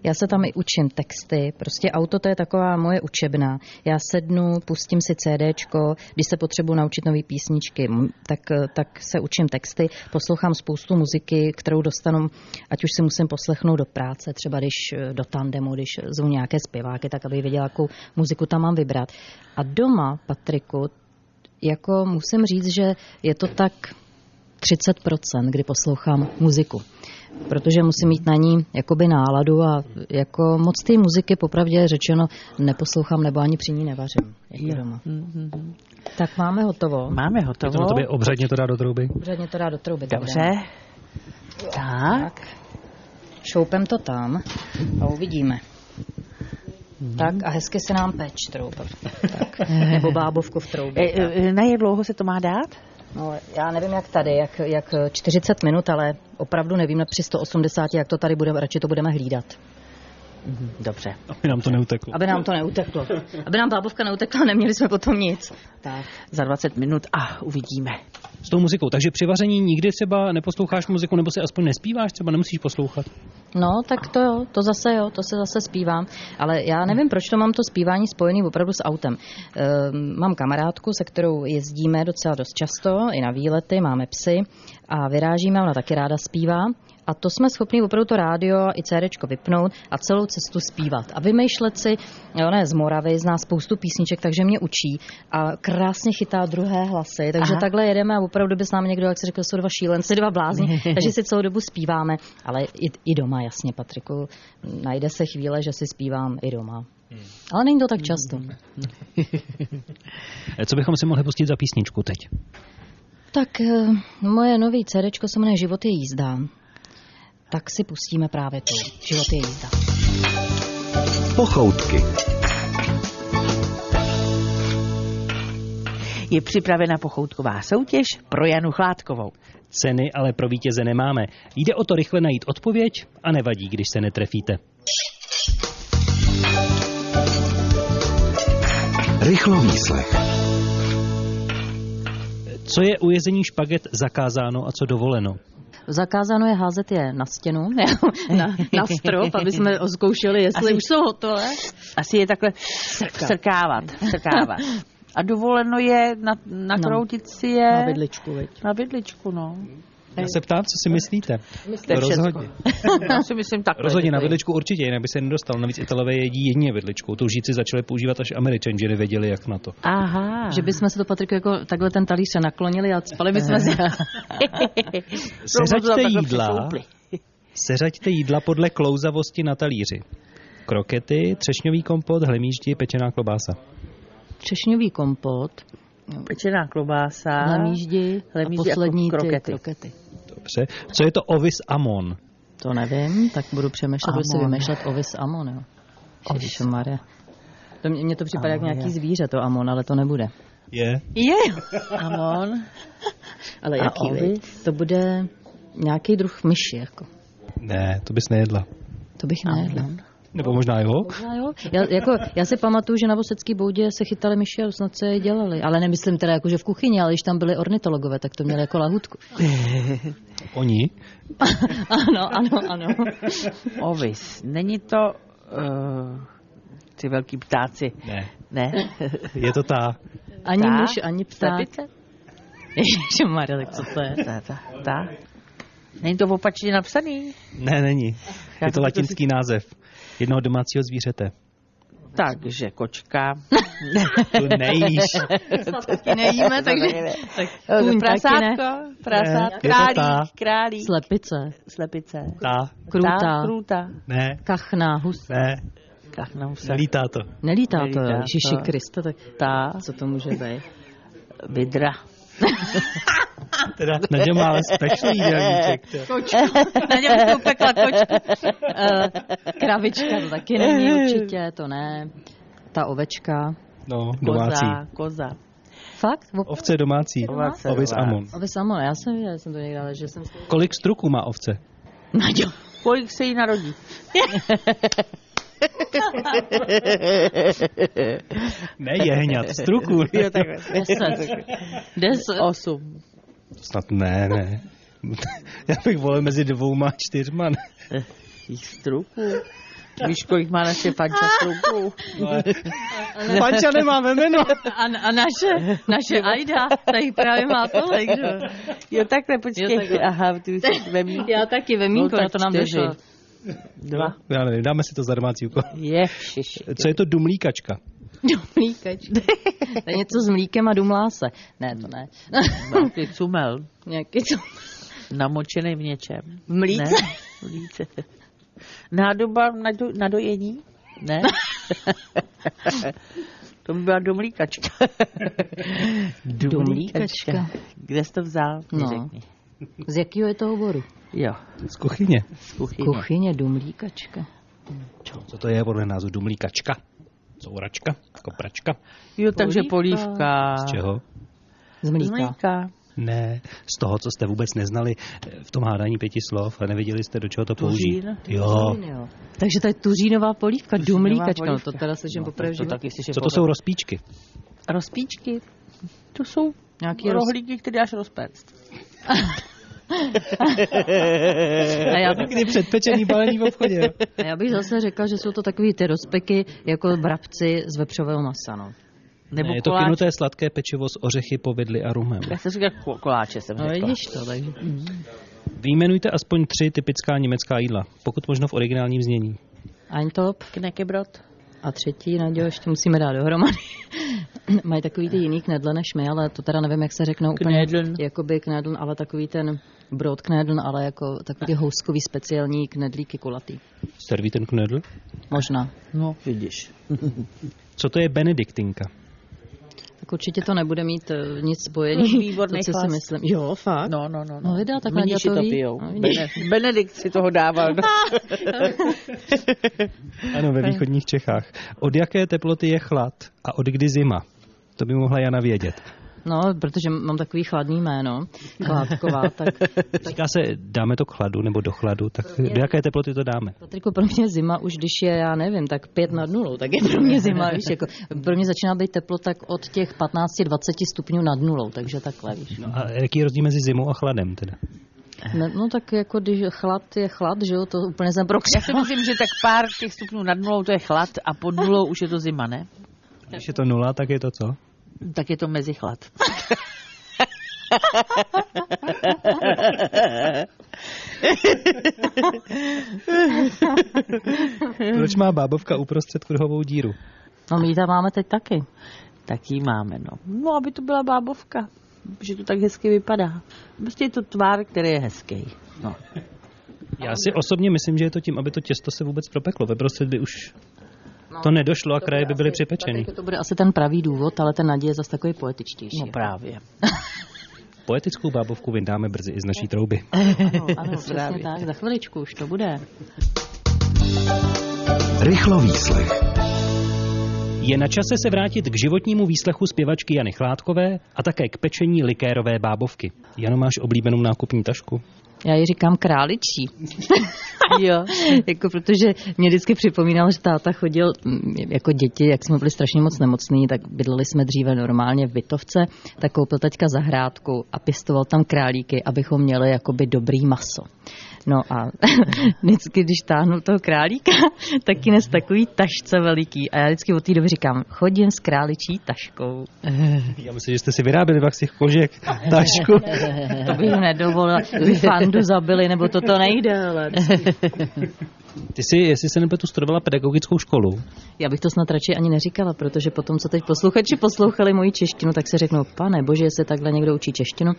S7: Já se tam i učím texty, prostě auto to je taková moje učebna. Já sednu, pustím si CDčko, když se potřebuji naučit nové písničky, m, tak, eh, tak se učím texty, poslouchám spoustu muziky, kterou dostanu, ať už si musím poslechnout do práce, třeba když eh, do tandemu, když zvu nějaké zpěváky, tak aby věděla, jakou muziku tam mám vybrat. A doma, Patriku, jako musím říct, že je to tak 30%, kdy poslouchám muziku. Protože musím mít na ní jakoby náladu a jako moc té muziky popravdě řečeno neposlouchám nebo ani při ní nevařím. Jako doma.
S3: Mhm.
S7: Tak máme hotovo.
S3: Máme hotovo.
S2: Potom tobě obřadně to dá do trouby.
S7: Pořádně to dá do trouby.
S3: Dobře. Tak.
S7: Šoupem to tam a uvidíme.
S3: Mhm.
S7: Tak a hezky se nám peč trouba. Tak. Nebo bábovku v
S3: E,
S7: troubě.
S3: e, Na jak dlouho se to má dát?
S7: No, já nevím, jak tady, jak, jak 40 minut, ale opravdu nevím na při 180, jak to tady bude, radši to budeme hlídat.
S3: Dobře.
S2: Aby nám No, to neuteklo.
S7: Aby nám to neuteklo. Aby nám bábovka neutekla, neměli jsme potom nic.
S3: Tak. Za 20 minut a uvidíme.
S2: S tou muzikou. Takže při vaření nikdy třeba neposloucháš muziku, nebo si aspoň nespíváš, třeba nemusíš poslouchat.
S7: No, tak to jo, to zase jo, to se zase zpívám. Ale já nevím, proč to mám to zpívání spojené opravdu s autem. Ehm, mám kamarádku, se kterou jezdíme docela dost často, i na výlety, máme psy a vyrážíme, ona taky ráda zpívá. A to jsme schopni opravdu to rádio i CDčko vypnout a celou cestu zpívat. A vymýšlet si, jo, ne, z Moravy zná spoustu písniček, takže mě učí a krásně chytá druhé hlasy. Takže
S3: Aha.
S7: Aha. takhle jedeme a opravdu by s námi někdo, jak se řekl, jsou dva šílenci, dva blázni, takže si celou dobu zpíváme, ale i, i doma, jasně, Patriku, najde se chvíle, že si zpívám i doma. Ale není to tak často.
S2: Eh, Co bychom si mohli pustit za písničku teď?
S7: Tak eh, moje nový CD se jmenuje Život je jízda. Tak si pustíme právě to. Život je jízda.
S6: Pochoutky.
S3: je připravena pochoutková soutěž pro Janu Chládkovou.
S2: Ceny ale pro vítěze nemáme. Jde o to rychle najít odpověď a nevadí, když se netrefíte.
S6: Rychlo výslech.
S2: Co je u jezení špaget zakázáno a co dovoleno?
S7: Zakázáno je házet je na stěnu, na, na strop, aby jsme zkoušeli, jestli
S3: Asi-
S7: už jsou hotové.
S3: Asi je takhle strkávat. strkávat. A dovoleno je na, nakroutit si je
S7: Na vidličku, viď.
S3: No. na vidličku, no.
S2: Já se ptám, co si myslíte.
S3: Myslíte
S2: Rozhodně.
S3: Já si myslím takhle.
S2: Rozhodně na
S3: dobrý.
S2: vidličku určitě, jinak by se nedostal. Navíc Italové jedí jedině vidličkou. Tu lžíci začali používat až Američani, že nevěděli, jak na to.
S3: Aha.
S7: Že bychom se to, Patriku, jako takhle ten talíř se naklonili a spali bychom si.
S2: Seřaďte
S3: Takhle
S2: jídla,
S3: přišoupli.
S2: seřaďte jídla podle klouzavosti na talíři. Krokety, třešňový kompot, hlemíždi, pečená klobása.
S7: Třešňový kompot,
S3: Pečená klobása.
S7: hlemíždi,
S3: hlemíždi
S7: a
S3: a
S7: poslední ty
S3: krokety.
S7: jako krokety.
S2: Dobře. Co je to ovis amon?
S7: To nevím, tak budu přemýšlet, budu si
S3: Amon.
S7: vymýšlet ovis amon, jo. Ježišmarja. To mě, mě to připadá jak nějaký zvíře, to amon, ale to nebude.
S2: Je.
S3: Je. Amon.
S7: Ale
S3: A
S7: jaký, viď? To bude nějaký druh myši, jako.
S2: Ne, to bys nejedla.
S7: To bych nejedla.
S2: Nebo možná jo?
S7: Možná No jo. Já, jako, já si pamatuju, že na Bosecký boudě se chytali myši a snad se je dělali. Ale nemyslím teda jako, že v kuchyni, ale když tam byli ornitologové, tak to měli jako lahutku.
S2: Oni?
S7: ano, ano, ano.
S3: Ovis. Není to uh, ty velký ptáci.
S2: Ne.
S3: Ne?
S2: Je to ta.
S7: Ani
S3: Ta?
S7: muž, ani pták.
S3: Slepice?
S7: Ježišmarja, tak co to je?
S3: Ta, ta, ta. Není to opačně napsaný?
S2: Ne, není.
S3: Já
S2: Je to
S3: to-
S2: latinský název jednoho domácího zvířete.
S3: Takže kočka.
S2: To nejíš.
S7: Taky nejíme, takže... Kůň taky ne.
S3: Prasátko. Prasátko.
S2: Je to ta.
S3: Králík. Králík.
S7: Slepice,
S3: Slepice.
S2: Ta.
S7: krůta,
S3: Ta, Krůta.
S2: Ne.
S7: kachna, hus.
S2: Ne.
S3: Tak nám se.
S2: Nelítá to.
S7: Nelítá to,
S3: Nelítá to.
S7: Ježiši Krista, tak
S3: Ta.
S7: co to může být?
S3: Vidra.
S2: Teda na něm máme special jídelníček.
S7: Na něm to upekla kočku. Eh, Kravička to taky není určitě, to ne. Ta ovečka.
S2: No, domácí.
S3: Koza. Koza.
S7: Fakt? Op-
S2: Ovce domácí.
S3: Ovce
S2: Ovis
S3: domácí.
S2: amon.
S7: Aby samo, já jsem, já jsem to někde, ale že jsem...
S2: Kolik struků má ovce?
S7: Naďo.
S3: Kolik se jí narodí?
S2: Ne jehňat, struků.
S3: Jo, takhle.
S7: Deset. Deset.
S3: Osm.
S2: Snad ne, ne. Já bych volil mezi dvouma a čtyřma. ne?
S3: Jich struků. Víš, kolik má naše panča struků?
S2: Panča nemá ve jméno.
S7: A, a naše, naše Aida, ta jich právě má tolik, že? jo.
S3: Jo, takhle, počkej.
S7: Jo, takhle.
S3: Aha, ty už jsi ve mínku.
S7: Já taky ve mínku,
S3: No, tak
S7: na to nám
S3: čtyři.
S7: došlo.
S3: Dva.
S2: Já nevím, dáme si to za domácí úkol.
S3: Ježiš.
S2: Co je to dumlíkačka?
S7: Mlíkač. To je něco s mlíkem a dumlá se. Ne, to ne.
S3: Ty cumel.
S7: Nějaký co?
S3: Namočený v něčem.
S7: V mlíce.
S3: Ne? Mlíce. Nádoba na, do, na dojení? Ne? to by byla domlíkačka.
S7: Dumlíkačka.
S3: Kde jsi to vzal? Mi
S7: No.
S3: Řekni.
S7: Z jakého je to oboru?
S3: Jo,
S2: Z kuchyně.
S3: z kuchyně.
S7: Kuchyně dumlíkačka.
S2: Co to je podle názvu dumlíkačka? Couračka? Kopračka?
S3: Jo, takže
S7: Polívka.
S3: polívka.
S2: Z čeho?
S7: Z
S3: Z
S7: mlíka.
S3: mlíka.
S2: Ne, z toho, co jste vůbec neznali eh, v tom hádání pěti slov a nevěděli jste, do čeho to použít.
S3: Tuřín.
S2: Jo.
S7: Tuřín, jo. No. Takže to je tuřínová polívka, dumlíkačka. No
S3: polívka.
S7: to teda slyším
S3: No,
S7: poprvé v
S3: to, to
S7: životě.
S3: taky slyším
S2: Co to
S3: poprvé.
S2: jsou rozpíčky?
S3: Rozpíčky. To jsou
S7: Nějaký roz...
S3: rohlíky, které dáš rozpéct.
S7: a, já bych,
S2: Někdy předpečený balení v obchodě.
S7: a já bych zase řekla, že jsou to takový ty rozpeky jako brabci z vepřového masa. No.
S3: Nebo
S2: Ne, je to
S3: koláče.
S2: kynuté sladké pečivo s ořechy, povidly a rumem.
S3: Já jsem říkal ko- koláče, jsem
S7: No
S3: řekla.
S7: vidíš to, takže.
S2: Vyjmenujte aspoň tři typická německá jídla, pokud možno v originálním znění.
S7: Eintop
S3: Knekebrot.
S7: a třetí, Nadějo, ještě musíme dát dohromady. Mají takový ty jiný knedle než my, ale to teda nevím, jak se řeknou úplně.
S3: Knedln.
S7: Jakoby knedln, ale takový ten brod knedln, ale jako takový ty houskový speciální knedlíky kulatý.
S2: Serví ten knedl?
S7: Možná.
S3: No, vidíš.
S2: Co to je benediktinka?
S7: Tak určitě to nebude mít eh, nic
S3: To je
S7: spojený,
S3: výborný
S7: to, co si
S3: chlast.
S7: myslím. Jo, fakt.
S3: No, no, no.
S7: No, vydá, tak
S3: Mniši
S7: Naďa to
S3: to
S7: ví.
S3: pijou.
S7: No, vidíš.
S3: Bene- Benedikt si toho dával. No.
S2: Ano, ve východních Čechách. Od jaké teploty je chlad a od kdy zima? To by mohla Jana vědět.
S7: No, protože mám takový chladný jméno, Chládková, tak
S2: Říká se, dáme to k chladu nebo do chladu, tak do jaké teploty to dáme?
S7: Patriku, pro mě zima už, když je, já nevím, tak pět nad nulou, tak je pro mě zima, víš, jako, pro mě začíná být teplo tak od těch 15-20 stupňů nad nulou, takže takhle, víš.
S2: No a jaký je rozdíl mezi zimou a chladem teda?
S7: Ne, No tak jako, když chlad je chlad, že jo, to úplně jsem
S3: Já si
S7: prokřela.
S3: myslím, že tak pár těch stupňů nad nulou to je chlad a pod nulou už je to zima, ne?
S2: Když je to nula, tak je to co?
S3: Tak je to mezi chlad.
S2: Proč má bábovka uprostřed kruhovou díru?
S7: No my ji tam máme teď taky.
S3: Tak ji máme, no. No, aby to byla bábovka, že to tak hezky vypadá. Prostě je to tvár, který je hezký. No.
S2: Já si osobně myslím, že je to tím, aby to těsto se vůbec propeklo. Ve prostřed by už to nedošlo a kraje by byly připečeny.
S7: Patriku, to bude asi ten pravý důvod, ale ten naděje je zase takový poetičtější.
S3: No právě.
S2: Poetickou bábovku vyndáme brzy i z naší trouby.
S7: ano, ano, přesně
S3: Právě.
S7: tak, za chviličku už to bude.
S6: Rychlo výslech.
S2: Je na čase se vrátit k životnímu výslechu zpěvačky Jany Chládkové a také k pečení likérové bábovky. Jano, máš oblíbenou nákupní tašku?
S7: Já ji říkám králičí.
S3: Jo.
S7: jako protože mě vždycky připomínal, že táta chodil mm, jako děti, jak jsme byli strašně moc nemocní, tak bydleli jsme dříve normálně v bytovce, tak koupil teďka zahrádku a pěstoval tam králíky, abychom měli jakoby dobrý maso. No a vždycky, když táhnu toho králíka, tak ji nes takový tašce veliký. A já vždycky od té doby říkám, chodím s králičí taškou.
S2: Já myslím, že jste si vyráběli pak z těch kožek tašku.
S7: To bych nedovolila, to by fandu zabili, nebo to to nejde. Ale...
S2: Ty jsi, jestli se nepletu, studovala pedagogickou školu.
S7: Já bych to snad radši ani neříkala, protože potom, co teď posluchači poslouchali moji češtinu, tak si řeknou, pane bože, jestli takhle někdo učí češtinu.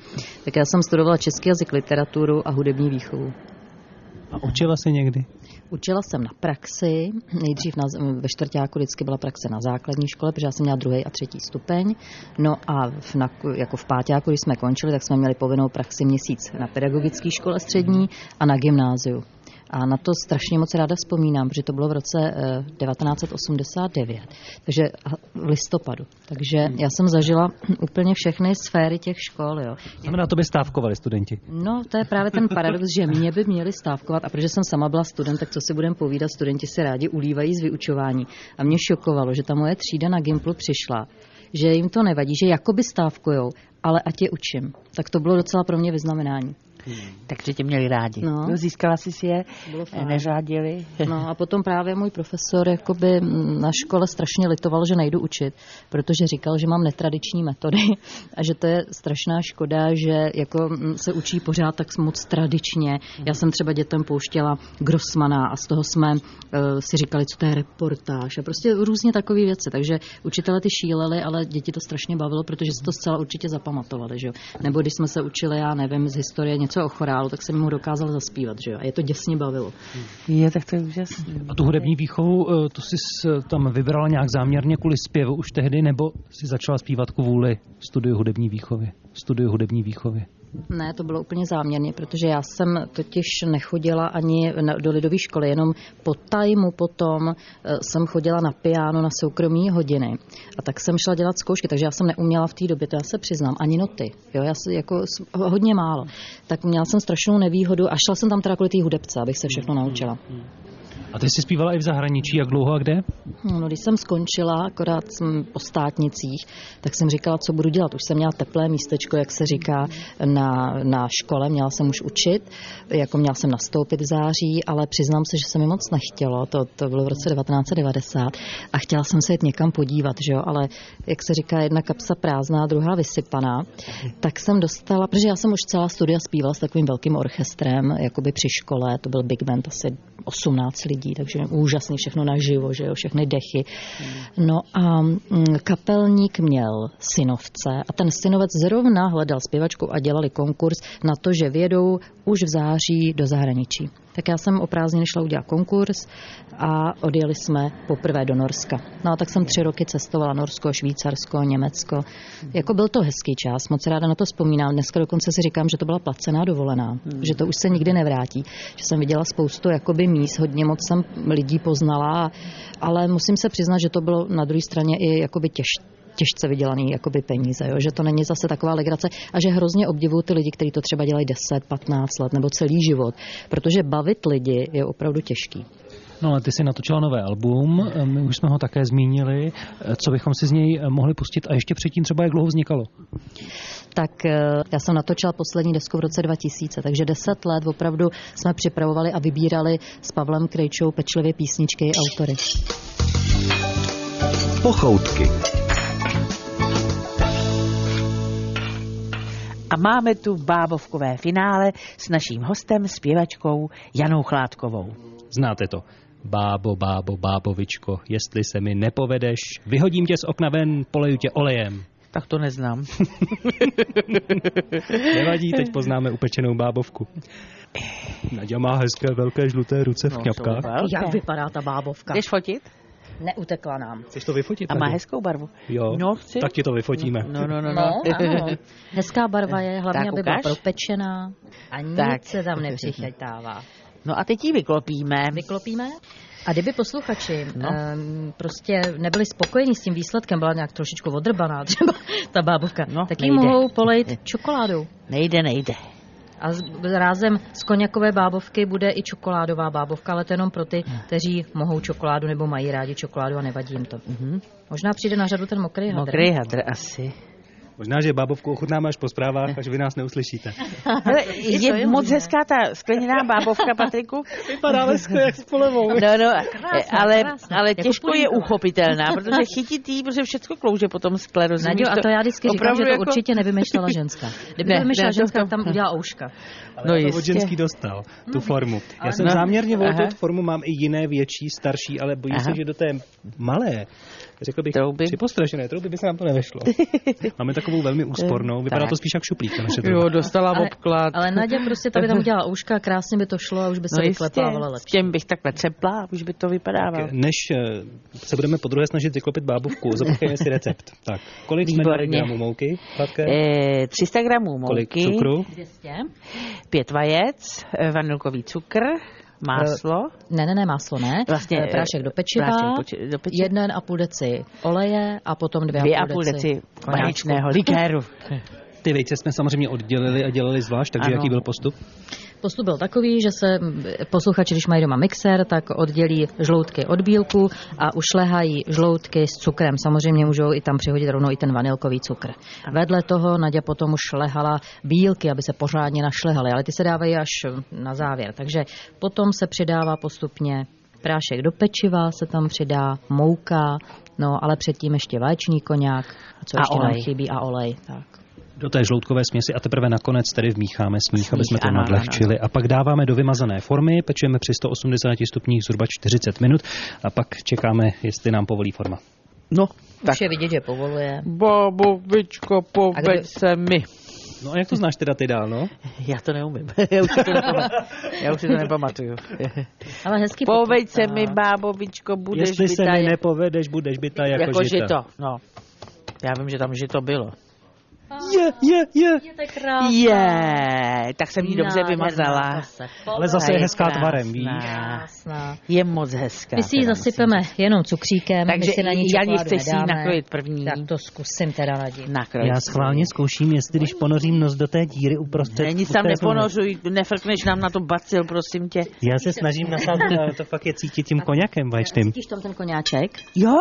S7: Tak já jsem studovala český jazyk, literaturu a hudební výchovu.
S2: A učila se někdy?
S7: Učila jsem na praxi, nejdřív na, ve čtvrtáku vždycky byla praxe na základní škole, protože já jsem měla druhý a třetí stupeň. No a v, na, jako v pátáku, když jsme končili, tak jsme měli povinnou praxi měsíc na pedagogické škole střední a na gymnáziu. A na to strašně moc ráda vzpomínám, protože to bylo v roce eh, 1989, takže a v listopadu. Takže já jsem zažila úplně všechny sféry těch škol. Jo.
S2: Znamená, to by stávkovali studenti.
S7: No, to je právě ten paradox, že mě by měli stávkovat a protože jsem sama byla student, tak co si budem povídat, studenti se rádi ulívají z vyučování. A mě šokovalo, že ta moje třída na Gimplu přišla, že jim to nevadí, že jakoby stávkujou, ale ať je učím. Tak to bylo docela pro mě vyznamenání.
S3: Takže tě měli rádi.
S7: No.
S3: No. Získala jsi si je, eh,
S7: Bylo fajn.
S3: neřádili.
S7: No a potom právě můj profesor jakoby mm, na škole strašně litoval, že nejdu učit, protože říkal, že mám netradiční metody a že to je strašná škoda, že jako mm, se učí pořád tak moc tradičně. Já jsem třeba dětem pouštěla Grossmana a z toho jsme eh, si říkali, co to je reportáž a prostě různě takové věci. Takže učitele ty šíleli, ale děti to strašně bavilo, protože si to zcela určitě zapamatovali. Že jo? Nebo když jsme se učili, já nevím, z historie něco o chorálu, tak jsem jim ho dokázal zaspívat. Že jo? A je to děsně bavilo.
S3: Je, tak to je úžasný.
S2: A tu hudební výchovu, eh, to jsi s- tam vybrala nějak záměrně kvůli zpěvu už tehdy, nebo si začala zpívat kvůli studiu hudební výchovy? Studiu hudební výchovy.
S7: Ne, to bylo úplně záměrně, protože já jsem totiž nechodila ani na- do lidové školy, jenom po tajmu potom eh, jsem chodila na piano na soukromí hodiny. A tak jsem šla dělat zkoušky, takže já jsem neuměla v té době, to já se přiznám, ani noty. Jo, já jsem jako s- hodně málo. Tak měla jsem strašnou nevýhodu a šla jsem tam teda kvůli té hudebce, abych se všechno naučila.
S2: A ty jsi zpívala i v zahraničí, jak dlouho a kde?
S7: No, no, když jsem skončila, akorát jsem po státnicích, tak jsem říkala, co budu dělat. Už jsem měla teplé místečko, jak se říká, na, na škole, měla jsem už učit, jako měla jsem nastoupit v září, ale přiznám se, že se mi moc nechtělo, to, to bylo v roce 1990 a chtěla jsem se jít někam podívat, že jo, ale jak se říká, jedna kapsa prázdná, druhá vysypaná, tak jsem dostala, protože já jsem už celá studia zpívala s takovým velkým orchestrem, jakoby při škole, to byl Big Band asi 18 lidí, takže úžasný všechno naživo, že jo, všechny dechy. No a mm, kapelník měl synovce a ten synovec zrovna hledal zpěvačku a dělali konkurs na to, že vědou už v září do zahraničí. Tak já jsem o prázdniny šla udělat konkurs a odjeli jsme poprvé do Norska. No a tak jsem tři roky cestovala Norsko, Švýcarsko, Německo. Jako byl to hezký čas, moc ráda na to vzpomínám. Dneska dokonce si říkám, že to byla placená dovolená, že to už se nikdy nevrátí. Že jsem viděla spoustu jakoby míst, hodně moc jsem lidí poznala, ale musím se přiznat, že to bylo na druhé straně i jakoby těž, těžce vydělaný jakoby peníze, jo? že to není zase taková legrace a že hrozně obdivuju ty lidi, kteří to třeba dělají 10, 15 let nebo celý život, protože bavit lidi je opravdu těžký.
S2: No ale ty si natočila nové album, eh, my už jsme ho také zmínili. Eh, Co bychom si z něj mohli pustit a ještě předtím třeba jak dlouho vznikalo?
S7: Tak eh, já jsem natočila poslední desku v roce 2000, takže 10 let opravdu jsme připravovali a vybírali s Pavlem Krejčou pečlivě písničky a autory.
S6: Pochoutky.
S3: A máme tu bábovkové finále s naším hostem, zpěvačkou Janou Chládkovou.
S2: Znáte to. Bábo, bábo, bábovičko, jestli se mi nepovedeš, vyhodím tě z okna ven, poleju tě olejem.
S3: Tak to neznám.
S2: Nevadí, teď poznáme upečenou bábovku. Nadia má hezké velké žluté ruce
S3: No,
S2: v kňapkách.
S7: Jak vypadá ta bábovka?
S3: Jdeš fotit?
S7: Neutekla nám.
S2: Chceš to vyfotit?
S3: A má
S2: Nadějo?
S3: hezkou barvu.
S2: Jo,
S3: No, chci.
S2: tak ti to vyfotíme.
S3: No, no, no.
S7: No,
S3: no.
S7: ano. Hezká barva je, hlavně,
S3: Tak
S7: aby byla
S3: ukáž.
S7: propečená a nic
S3: Tak.
S7: tak. se tam nepřichytává.
S3: no a teď ji vyklopíme.
S7: Vyklopíme? A kdyby posluchači
S3: No.
S7: no. um, prostě nebyli spokojeni s tím výsledkem, byla nějak trošičku odrbaná třeba ta bábovka,
S3: No,
S7: no, tak ji
S3: nejde.
S7: mohou polejt čokoládou.
S3: Nejde, nejde.
S7: A z, rázem z koněkové bábovky bude i čokoládová bábovka, ale to jenom pro ty, kteří mohou čokoládu nebo mají rádi čokoládu a nevadí jim to.
S3: Mhm.
S7: Možná přijde na řadu ten mokrý hadr.
S3: Mokrý hadr asi.
S2: Možná, že bábovku ochutnáme až po zprávách, až vy nás neuslyšíte.
S3: Hele,
S7: I to
S3: je,
S7: je
S3: moc
S7: možné.
S3: hezká ta skleněná bábovka, Patriku.
S2: Vypadá lesko jak s polevou.
S3: No, no,
S7: Krásná,
S3: ale,
S7: krásná.
S3: ale
S7: Jako
S3: těžko je
S7: pudinková.
S3: uchopitelná, protože chytit jí, protože všechno klouže potom skle, rozumíš?
S7: Naďo, a to já vždycky říkám,
S3: opravdu
S7: že to
S3: jako-
S7: určitě nevymýšlela ženská. Kdyby
S3: Ne,
S7: to vymýšlela
S3: ne, to-
S7: ženská, tam udělá ouška.
S2: No
S3: No
S2: já to od
S3: jistě.
S2: ženský dostal, tu formu. Já
S7: ale
S2: jsem
S3: ne.
S2: záměrně volil
S3: Aha.
S2: tu formu, mám i jiné, větší, starší, ale bojím se,
S3: Aha.
S2: že do té malé, řekl bych,
S3: Trouby.
S2: připostrašené trouby by se nám to nevešlo. Máme takovou velmi úspornou, vypadá
S3: Tak.
S2: to spíš jak šuplík, ta naše
S3: Jo,
S2: trouba.
S3: dostala
S7: Ale-
S3: obklad.
S7: Ale Nadě prostě ta by tam udělala ouška, krásně by to šlo a už by se
S3: no jistě,
S7: vyklepávala
S3: s
S7: lepší.
S3: těm bych takhle třepla, a už by to vypadávalo.
S2: Tak, Než eh, se budeme po druhé snažit vyklopit bábovku, zopakovíme si recept. Tak, kolik jsme dali
S3: Výborně.
S2: gramů mouky? Hladké?
S3: Eh, 300 gramů
S2: kolik
S3: mouky,
S2: cukru?
S7: 200?
S3: 5 vajec, eh, vanilkový cukr, máslo,
S7: Ne, ne, ne, máslo ne.
S3: Vlastně,
S7: Eh, prášek do pečiva,
S3: prášek do peči- do pečiva.
S7: jeden a půl deci oleje a potom dvě,
S3: dvě a půl deci konečného likéru.
S2: Ty vejce jsme samozřejmě oddělili a dělali zvlášť, takže
S3: Ano.
S2: jaký byl postup?
S7: Postup byl takový, že se mm, posluchači, když mají doma mixer, tak oddělí žloutky od bílku a ušlehají žloutky s cukrem. Samozřejmě můžou i tam přihodit rovnou i ten vanilkový cukr. Vedle toho Nadě potom už šlehala bílky, aby se pořádně našlehaly, ale ty se dávají až na závěr. Takže potom se přidává postupně prášek do pečiva, se tam přidá mouka, no ale předtím ještě vaječný koněk, co
S3: A
S7: ještě nám
S3: olej.
S7: chybí, a olej. Tak.
S2: Do té žloutkové směsi a teprve nakonec tedy vmícháme smích,
S3: Smích,
S2: aby jsme to
S3: ano, ano,
S2: nadlehčili. A pak dáváme do vymazané formy, pečeme při 180 stupních zhruba 40 minut a pak čekáme, jestli nám povolí forma.
S3: No, tak.
S7: Už je vidět, že povoluje.
S3: Bobovičko,
S7: A
S3: poveď
S7: kdo-
S3: se mi.
S2: No a jak to znáš teda ty dál, no?
S3: Já to neumím. Já už si to, nepamatuju. Já už si to nepamatuju.
S7: Ale hezký
S3: Poveď se
S7: postup,
S3: mi,
S7: no.
S3: bábovičko, budeš
S2: jestli se
S3: bytá
S2: mi
S3: jak-
S2: nepovedeš, budeš byta jako,
S3: jako
S2: žita.
S3: žito. No. Já vím, že tam žito bylo.
S2: Je, je, je.
S7: Je tak krásná. no.
S3: Je, tak jsem ji dobře
S7: Nádherná,
S3: vymazala.
S7: zase.
S2: Ale zase je hezká tvarem, víš?
S7: Krásná.
S3: Je moc hezká.
S7: My si ji
S3: teda,
S7: zasypeme jenom cukříkem,
S3: Takže
S7: my si na ní
S3: Janě,
S7: čokoládu
S3: chceš si ji
S7: nedáme.
S3: nakrojit první?
S7: Tak to zkusím teda radit.
S3: musím Nakrojit.
S2: Já schválně zkouším, jestli když ponořím nos do té díry uprostřed.
S3: Ne, nic
S2: u
S3: tam
S2: té zmrzliny.
S3: neponořuj, nefrkneš nám na to bacil, prosím tě.
S2: Já se snažím nasáhnout, ale to fakt je cítit tím koněkem vaječným.
S7: Cítíš tam ten koňáček?
S3: Jo,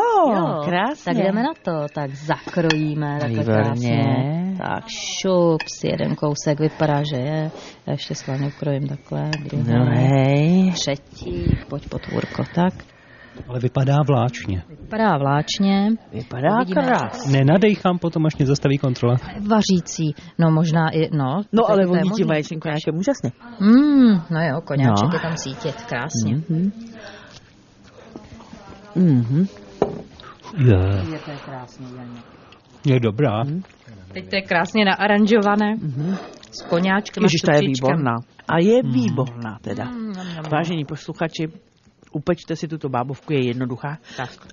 S3: krásně.
S7: Tak jdeme na to, tak zakrojíme takhle
S3: Výborně.
S7: krásně. Tak šups, jeden kousek vypadá, že je. Já ještě schválně ukrojím takhle, druhý,
S3: No hej.
S7: třetí, pojď potvůrko, tak.
S2: Ale vypadá vláčně.
S7: Vypadá vláčně.
S3: Vypadá
S7: Uvidíme.
S3: krásně.
S2: Nenadejchám potom, až mě zastaví kontrola.
S7: Vařící, no možná i, no.
S3: No
S7: to-
S3: ale
S7: to je
S3: voní tím
S7: možný.
S3: vaječným konáčkem úžasně.
S7: Mm, no jo, koňáček
S3: No.
S7: no. je tam cítit, krásně.
S3: Mhm. Mhm.
S2: Je,
S7: Je to je krásně, Janě.
S2: je dobrá.
S7: Teď to je krásně naaranžované, s koňáčkem
S3: Mhm. Ježiš,
S7: a
S3: ta je výborná. A je výborná teda.
S7: Mm,
S3: Vážení posluchači, upečte si tuto bábovku, je jednoduchá.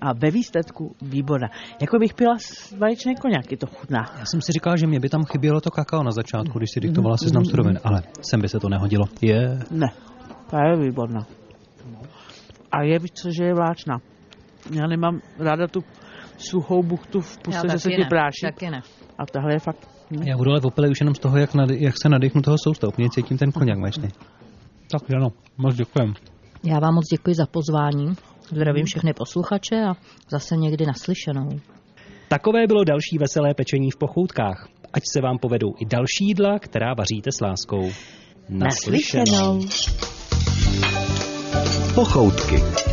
S3: A ve výsledku výborná. Jako bych pila s- vaječné koněky, to chutná.
S2: Já jsem si říkal, že mě by tam chybělo to kakao na začátku, když si diktovala seznam surovin, ale sem by se to nehodilo. Je.
S3: Ne, ta je výborná. A je, víš co, že je vláčná. Já nemám ráda tu suchou buchtu v puse, že se ti
S7: ne,
S3: práší.
S7: taky ne.
S3: A tahle je fakt... Hm.
S2: Já budu ale opilý už jenom z toho, jak, nade, jak se nadechnu toho soustavu. Mě cítím ten koněk mléčný. Tak ano, moc děkujem.
S7: Já vám moc děkuji za pozvání. Zdravím všechny posluchače a zase někdy naslyšenou.
S2: Takové bylo další veselé pečení v pochoutkách. Ať se vám povedou i další jídla, která vaříte s láskou.
S3: Naslyšenou.
S6: Pochoutky.